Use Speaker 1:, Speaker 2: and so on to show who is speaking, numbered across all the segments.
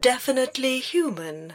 Speaker 1: definitely human.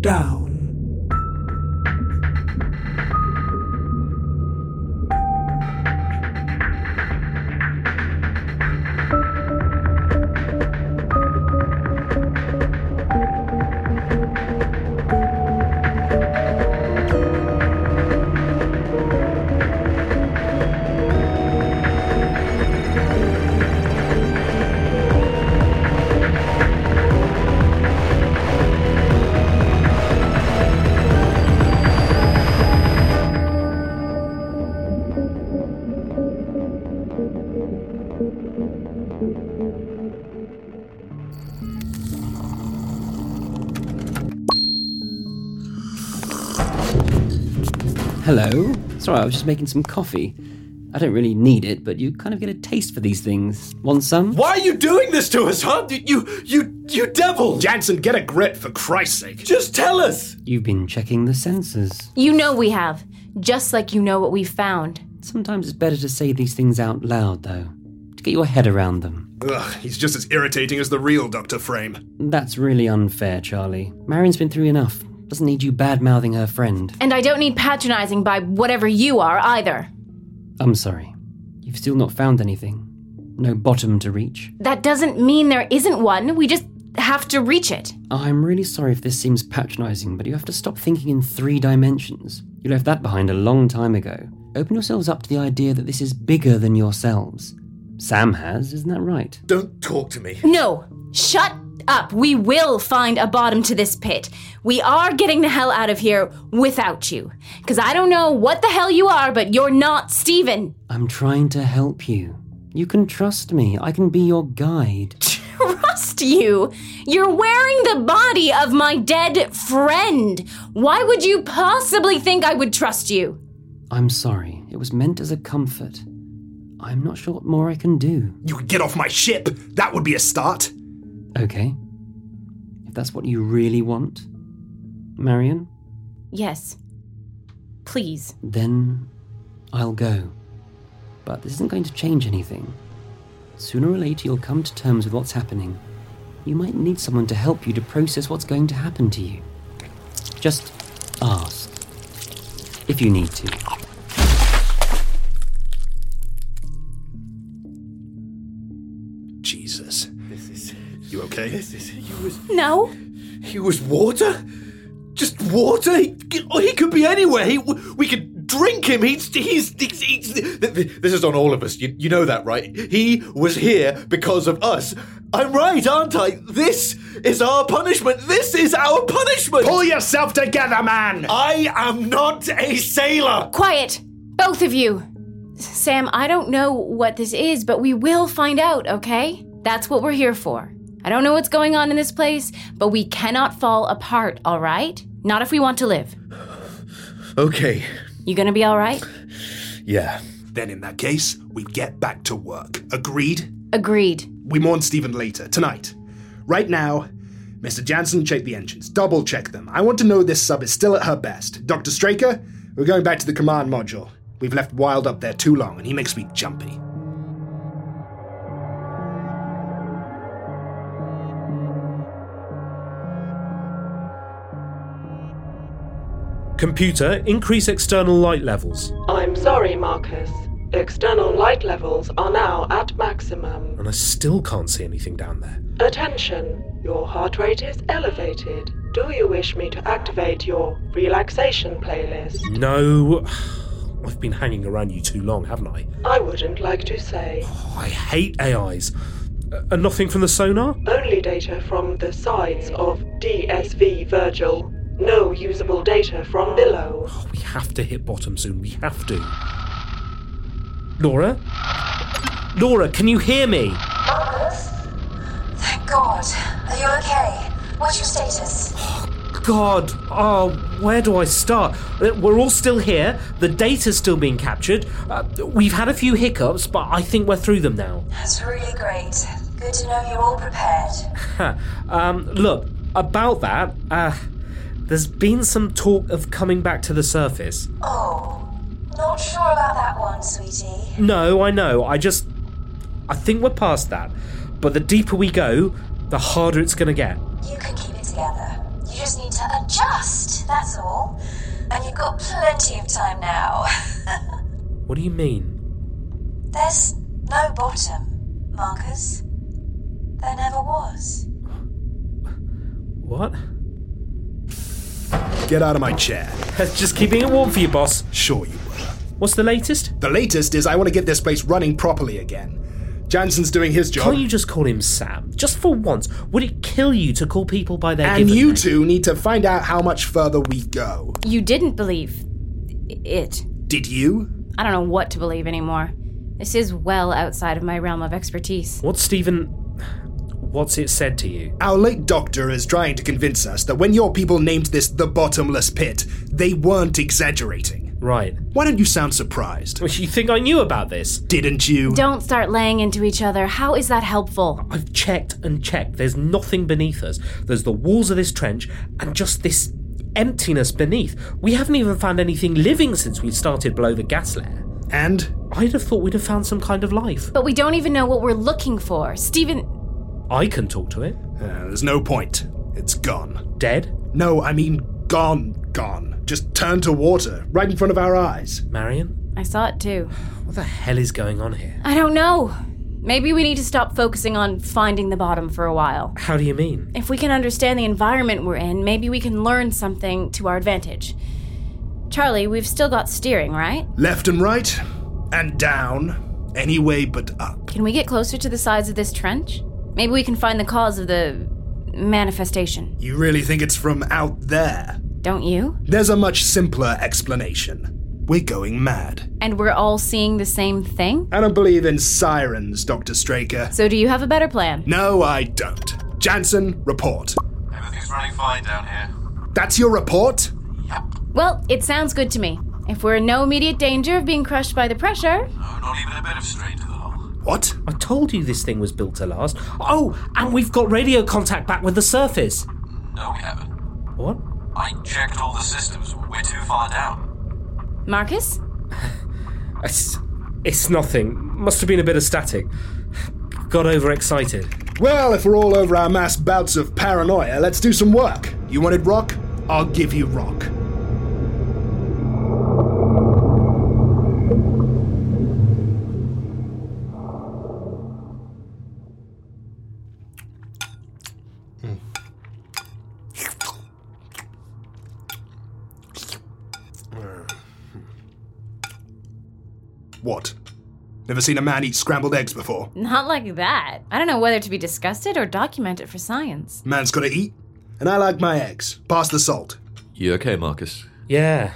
Speaker 1: Down.
Speaker 2: Hello. Sorry, I was just making some coffee. I don't really need it, but you kind of get a taste for these things. Want some?
Speaker 3: Why are you doing this to us, huh? You, you, you, you devil!
Speaker 4: Jansen, get a grip, for Christ's sake.
Speaker 3: Just tell us!
Speaker 2: You've been checking the sensors.
Speaker 5: You know we have, just like you know what we've found.
Speaker 2: Sometimes it's better to say these things out loud, though, to get your head around them.
Speaker 4: Ugh, he's just as irritating as the real Dr. Frame.
Speaker 2: That's really unfair, Charlie. Marion's been through enough. Doesn't need you bad mouthing her friend.
Speaker 5: And I don't need patronizing by whatever you are either.
Speaker 2: I'm sorry. You've still not found anything. No bottom to reach.
Speaker 5: That doesn't mean there isn't one. We just have to reach it.
Speaker 2: I'm really sorry if this seems patronizing, but you have to stop thinking in three dimensions. You left that behind a long time ago. Open yourselves up to the idea that this is bigger than yourselves. Sam has, isn't that right?
Speaker 4: Don't talk to me.
Speaker 5: No, shut up. We will find a bottom to this pit. We are getting the hell out of here without you. Because I don't know what the hell you are, but you're not Steven.
Speaker 2: I'm trying to help you. You can trust me, I can be your guide.
Speaker 5: Trust you? You're wearing the body of my dead friend. Why would you possibly think I would trust you?
Speaker 2: I'm sorry, it was meant as a comfort. I'm not sure what more I can do.
Speaker 4: You could get off my ship. That would be a start.
Speaker 2: Okay. If that's what you really want, Marion,
Speaker 5: Yes. Please.
Speaker 2: then I'll go. But this isn't going to change anything. Sooner or later, you'll come to terms with what's happening. You might need someone to help you to process what's going to happen to you. Just ask. If you need to.
Speaker 4: Jesus. This is. You okay?
Speaker 3: This is, he was,
Speaker 5: No?
Speaker 3: he was water? Just water? He, oh, he could be anywhere. He, we could drink him. He's, he's, he's, he's- th- th- This is on all of us. You, you know that, right? He was here because of us. I'm right, aren't I? This is our punishment. This is our punishment.
Speaker 4: Pull
Speaker 3: yourself together,
Speaker 4: man.
Speaker 3: I am not a sailor.
Speaker 5: Quiet! Both of you! Sam, I don't know what this is, but we will find out, okay? That's what we're here for. I don't know what's going on in this place, but we cannot fall apart, alright? Not if we want to live.
Speaker 3: Okay.
Speaker 5: You gonna be alright?
Speaker 3: Yeah.
Speaker 4: Then in that case, we get back to work. Agreed?
Speaker 5: Agreed.
Speaker 4: We mourn Stephen later, tonight. Right now, Mr. Jansen, check the engines. Double check them. I want to know this sub is still at her best. Dr. Straker, we're going back to the command module. We've left Wild up there too long, and he makes me jumpy.
Speaker 6: Computer, increase external light levels.
Speaker 7: I'm sorry, Marcus. External light levels are now at maximum.
Speaker 6: And I still can't see anything down there.
Speaker 7: Attention, your heart rate is elevated. Do you wish me to activate your relaxation playlist?
Speaker 6: No. I've been hanging around you too long, haven't I?
Speaker 7: I wouldn't like to say.
Speaker 6: I hate AIs. Uh, And nothing from the sonar?
Speaker 7: Only data from the sides of DSV Virgil. No usable data from below.
Speaker 6: Oh, We have to hit bottom soon. We have to. Laura? Laura, can you hear me?
Speaker 8: Marcus? Thank God. Are you okay? What's your status?
Speaker 6: God, oh, where do I start? Uh, We're all still here. The data's still being captured. Uh, we've had a few hiccups, but I think we're through them now.
Speaker 8: That's really great. Good to know you're all prepared.
Speaker 6: Huh. Um, look, about that, uh, there's been some talk of coming back to the surface.
Speaker 8: Oh, not sure about that one, sweetie.
Speaker 6: No, I know. I just. I think we're past that. But the deeper we go, the harder it's going to get.
Speaker 8: You can keep it together. You just need to adjust, that's all. And you've got plenty of time now.
Speaker 6: What do you mean?
Speaker 8: There's no bottom, Marcus. There never was.
Speaker 6: What?
Speaker 4: Get out of my chair.
Speaker 6: just keeping it warm for you, boss.
Speaker 4: Sure you were.
Speaker 6: What's the latest?
Speaker 4: The latest is I want to get this place running properly again. Jansen's doing his job.
Speaker 6: Can't you just call him Sam? Just for once. Would it kill you to call people by their
Speaker 4: and
Speaker 6: given
Speaker 4: you
Speaker 6: name?
Speaker 4: two need to find out how much further we go.
Speaker 5: You didn't believe it.
Speaker 4: Did you?
Speaker 5: I don't know what to believe anymore. This is well outside of my realm of expertise.
Speaker 6: What's Stephen. What's it said to you?
Speaker 4: Our late doctor is trying to convince us that when your people named this the bottomless pit, they weren't exaggerating.
Speaker 6: Right.
Speaker 4: Why don't you sound surprised?
Speaker 6: Well, you think I knew about this?
Speaker 4: Didn't you?
Speaker 5: Don't start laying into each other. How is that helpful?
Speaker 6: I've checked and checked. There's nothing beneath us. There's the walls of this trench and just this emptiness beneath. We haven't even found anything living since we started below the gas layer.
Speaker 4: And
Speaker 6: I'd have thought we'd have found some kind of life.
Speaker 5: But we don't even know what we're looking for. Steven,
Speaker 6: I can talk to it.
Speaker 4: uh, there's no point. It's gone.
Speaker 6: Dead?
Speaker 4: No, I mean gone, gone. Just turned to water, right in front of our eyes.
Speaker 6: Marion?
Speaker 5: I saw it too.
Speaker 6: What the hell is going on here?
Speaker 5: I don't know. Maybe we need to stop focusing on finding the bottom for a while.
Speaker 6: How do you mean?
Speaker 5: If we can understand the environment we're in, maybe we can learn something to our advantage. Charlie, we've still got steering, right?
Speaker 4: Left and right, and down, any way but up.
Speaker 5: Can we get closer to the sides of this trench? Maybe we can find the cause of the manifestation.
Speaker 4: You really think it's from out there?
Speaker 5: Don't you?
Speaker 4: There's a much simpler explanation. We're going mad.
Speaker 5: And we're all seeing the same thing?
Speaker 4: I don't believe in sirens, Dr. Straker.
Speaker 5: So, do you have a better plan?
Speaker 4: No, I don't. Jansen, report.
Speaker 9: Everything's running fine down here.
Speaker 4: That's your report?
Speaker 5: Well, it sounds good to me. If we're in no immediate danger of being crushed by the pressure,
Speaker 9: No, not even a bit of strain to the hull.
Speaker 4: What?
Speaker 6: I told you this thing was built to last. Oh, and we've got radio contact back with the surface.
Speaker 9: No, we haven't.
Speaker 6: What?
Speaker 9: I checked all the systems. We're too far down.
Speaker 5: Marcus?
Speaker 6: It's, it's nothing. Must have been a bit of static. Got overexcited.
Speaker 4: Well, if we're all over our mass bouts of paranoia, let's do some work. You wanted rock? I'll give you rock. Hmm. Hmm. What? Never seen a man eat scrambled eggs before.
Speaker 5: Not like that. I don't know whether to be disgusted or document it for science.
Speaker 4: Man's gotta eat. And I like my eggs. Pass the salt.
Speaker 9: You okay, Marcus?
Speaker 6: Yeah.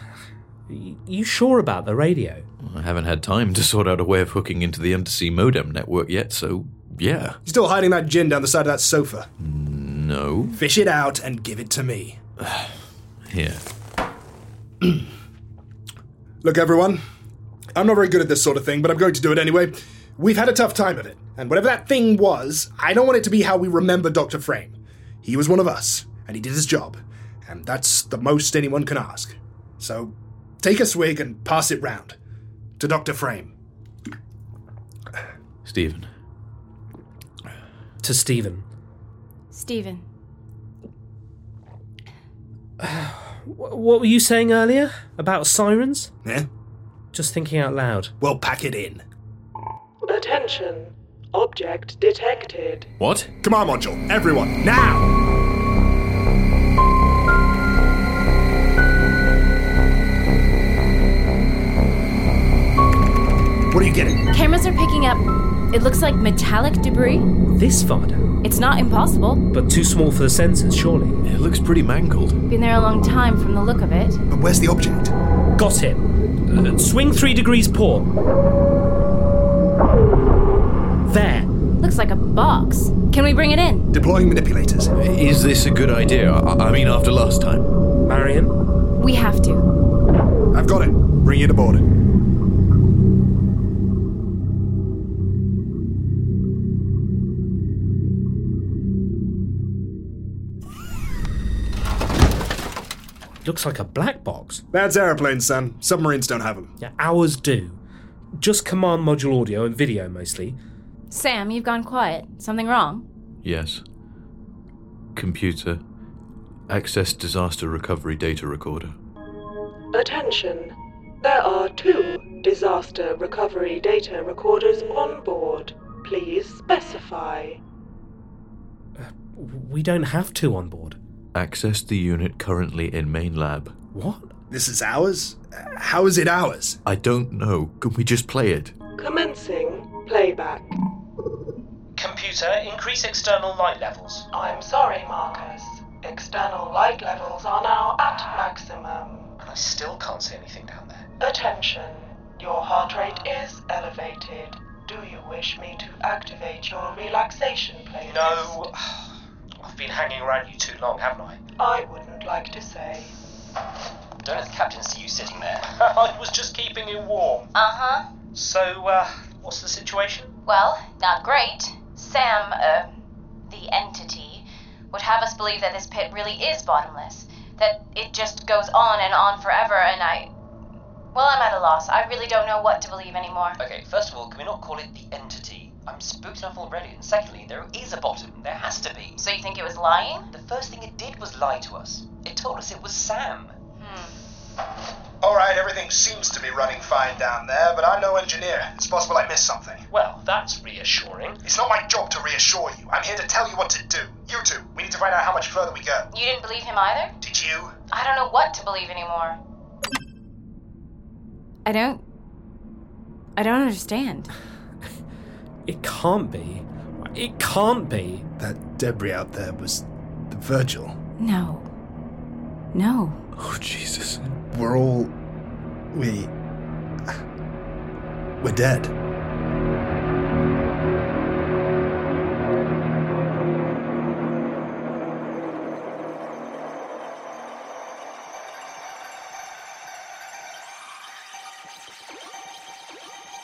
Speaker 6: Y- You sure about the radio?
Speaker 9: I haven't had time to sort out a way of hooking into the undersea modem network yet, so yeah.
Speaker 4: You're still hiding that gin down the side of that sofa.
Speaker 9: No.
Speaker 4: Fish it out and give it to me.
Speaker 9: Here.
Speaker 4: Look, everyone. I'm not very good at this sort of thing, but I'm going to do it anyway. We've had a tough time of it, and whatever that thing was, I don't want it to be how we remember Dr. Frame. He was one of us, and he did his job, and that's the most anyone can ask. So take a swig and pass it round. To Dr. Frame.
Speaker 10: Stephen.
Speaker 6: To Stephen.
Speaker 11: Stephen.
Speaker 6: What were you saying earlier about sirens?
Speaker 4: Yeah.
Speaker 6: Just thinking out loud.
Speaker 4: Well, pack it in.
Speaker 12: Attention. Object detected.
Speaker 10: What?
Speaker 4: Command module, everyone, now! What are you getting?
Speaker 11: Cameras are picking up. It looks like metallic debris.
Speaker 6: This Varda,
Speaker 11: It's not impossible.
Speaker 6: but too small for the sensors, surely.
Speaker 10: It looks pretty mangled.
Speaker 11: Been there a long time from the look of it.
Speaker 4: But where's the object?
Speaker 6: Got it. Uh, swing three degrees port. There.
Speaker 11: Looks like a box. Can we bring it in?
Speaker 4: Deploying manipulators.
Speaker 10: Is this a good idea? I, I mean, after last time.
Speaker 6: Marion,
Speaker 11: We have to.
Speaker 4: I've got it. Bring it aboard.
Speaker 6: looks like a black box.
Speaker 4: That's aeroplanes, son. Submarines don't have them.
Speaker 6: Yeah, ours do. Just command module audio and video mostly.
Speaker 11: Sam, you've gone quiet. Something wrong?
Speaker 10: Yes. Computer. Access disaster recovery data recorder.
Speaker 12: Attention. There are two disaster recovery data recorders on board. Please specify.
Speaker 6: We don't have two on board.
Speaker 10: Access the unit currently in main lab.
Speaker 6: What?
Speaker 4: This is ours? Uh, How is it ours?
Speaker 10: I don't know. Can we just play it?
Speaker 12: Commencing playback.
Speaker 2: Computer, increase external light levels.
Speaker 12: I'm sorry, Marcus. External light levels are now at maximum.
Speaker 2: And I still can't see anything down there.
Speaker 12: Attention. Your heart rate is elevated. Do you wish me to activate your relaxation playlist?
Speaker 2: No. I've been hanging around you too long, haven't I?
Speaker 12: I wouldn't like to say.
Speaker 2: Don't let the captain see you sitting there. I was just keeping you warm.
Speaker 5: Uh huh.
Speaker 2: So, uh, what's the situation?
Speaker 5: Well, not great. Sam, uh, the entity, would have us believe that this pit really is bottomless. That it just goes on and on forever, and I. Well, I'm at a loss. I really don't know what to believe anymore.
Speaker 2: Okay, first of all, can we not call it the entity? I'm spooked enough already, and secondly, there is a bottom. There has to be.
Speaker 5: So you think it was lying?
Speaker 2: The first thing it did was lie to us. It told us it was Sam.
Speaker 5: Hmm.
Speaker 13: Alright, everything seems to be running fine down there, but I'm no engineer. It's possible I missed something.
Speaker 2: Well, that's reassuring.
Speaker 13: It's not my job to reassure you. I'm here to tell you what to do. You two, we need to find out how much further we go.
Speaker 5: You didn't believe him either?
Speaker 13: Did you?
Speaker 5: I don't know what to believe anymore.
Speaker 11: I don't. I don't understand.
Speaker 6: It can't be. It can't be.
Speaker 4: That debris out there was the Virgil.
Speaker 11: No. No.
Speaker 10: Oh, Jesus.
Speaker 4: We're all. We. We're dead.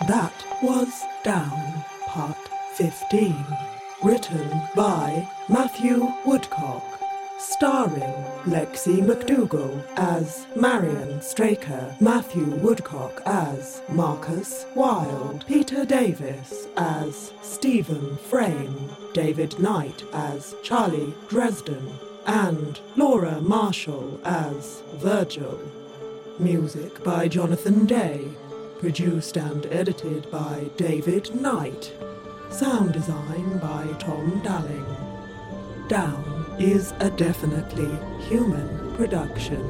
Speaker 7: That was Down, Part 15. Written by Matthew Woodcock. Starring Lexi McDougall as Marion Straker, Matthew Woodcock as Marcus Wilde, Peter Davis as Stephen Frame, David Knight as Charlie Dresden, and Laura Marshall as Virgil. Music by Jonathan Day. Produced and edited by David Knight. Sound design by Tom Dalling. Down is a definitely human production.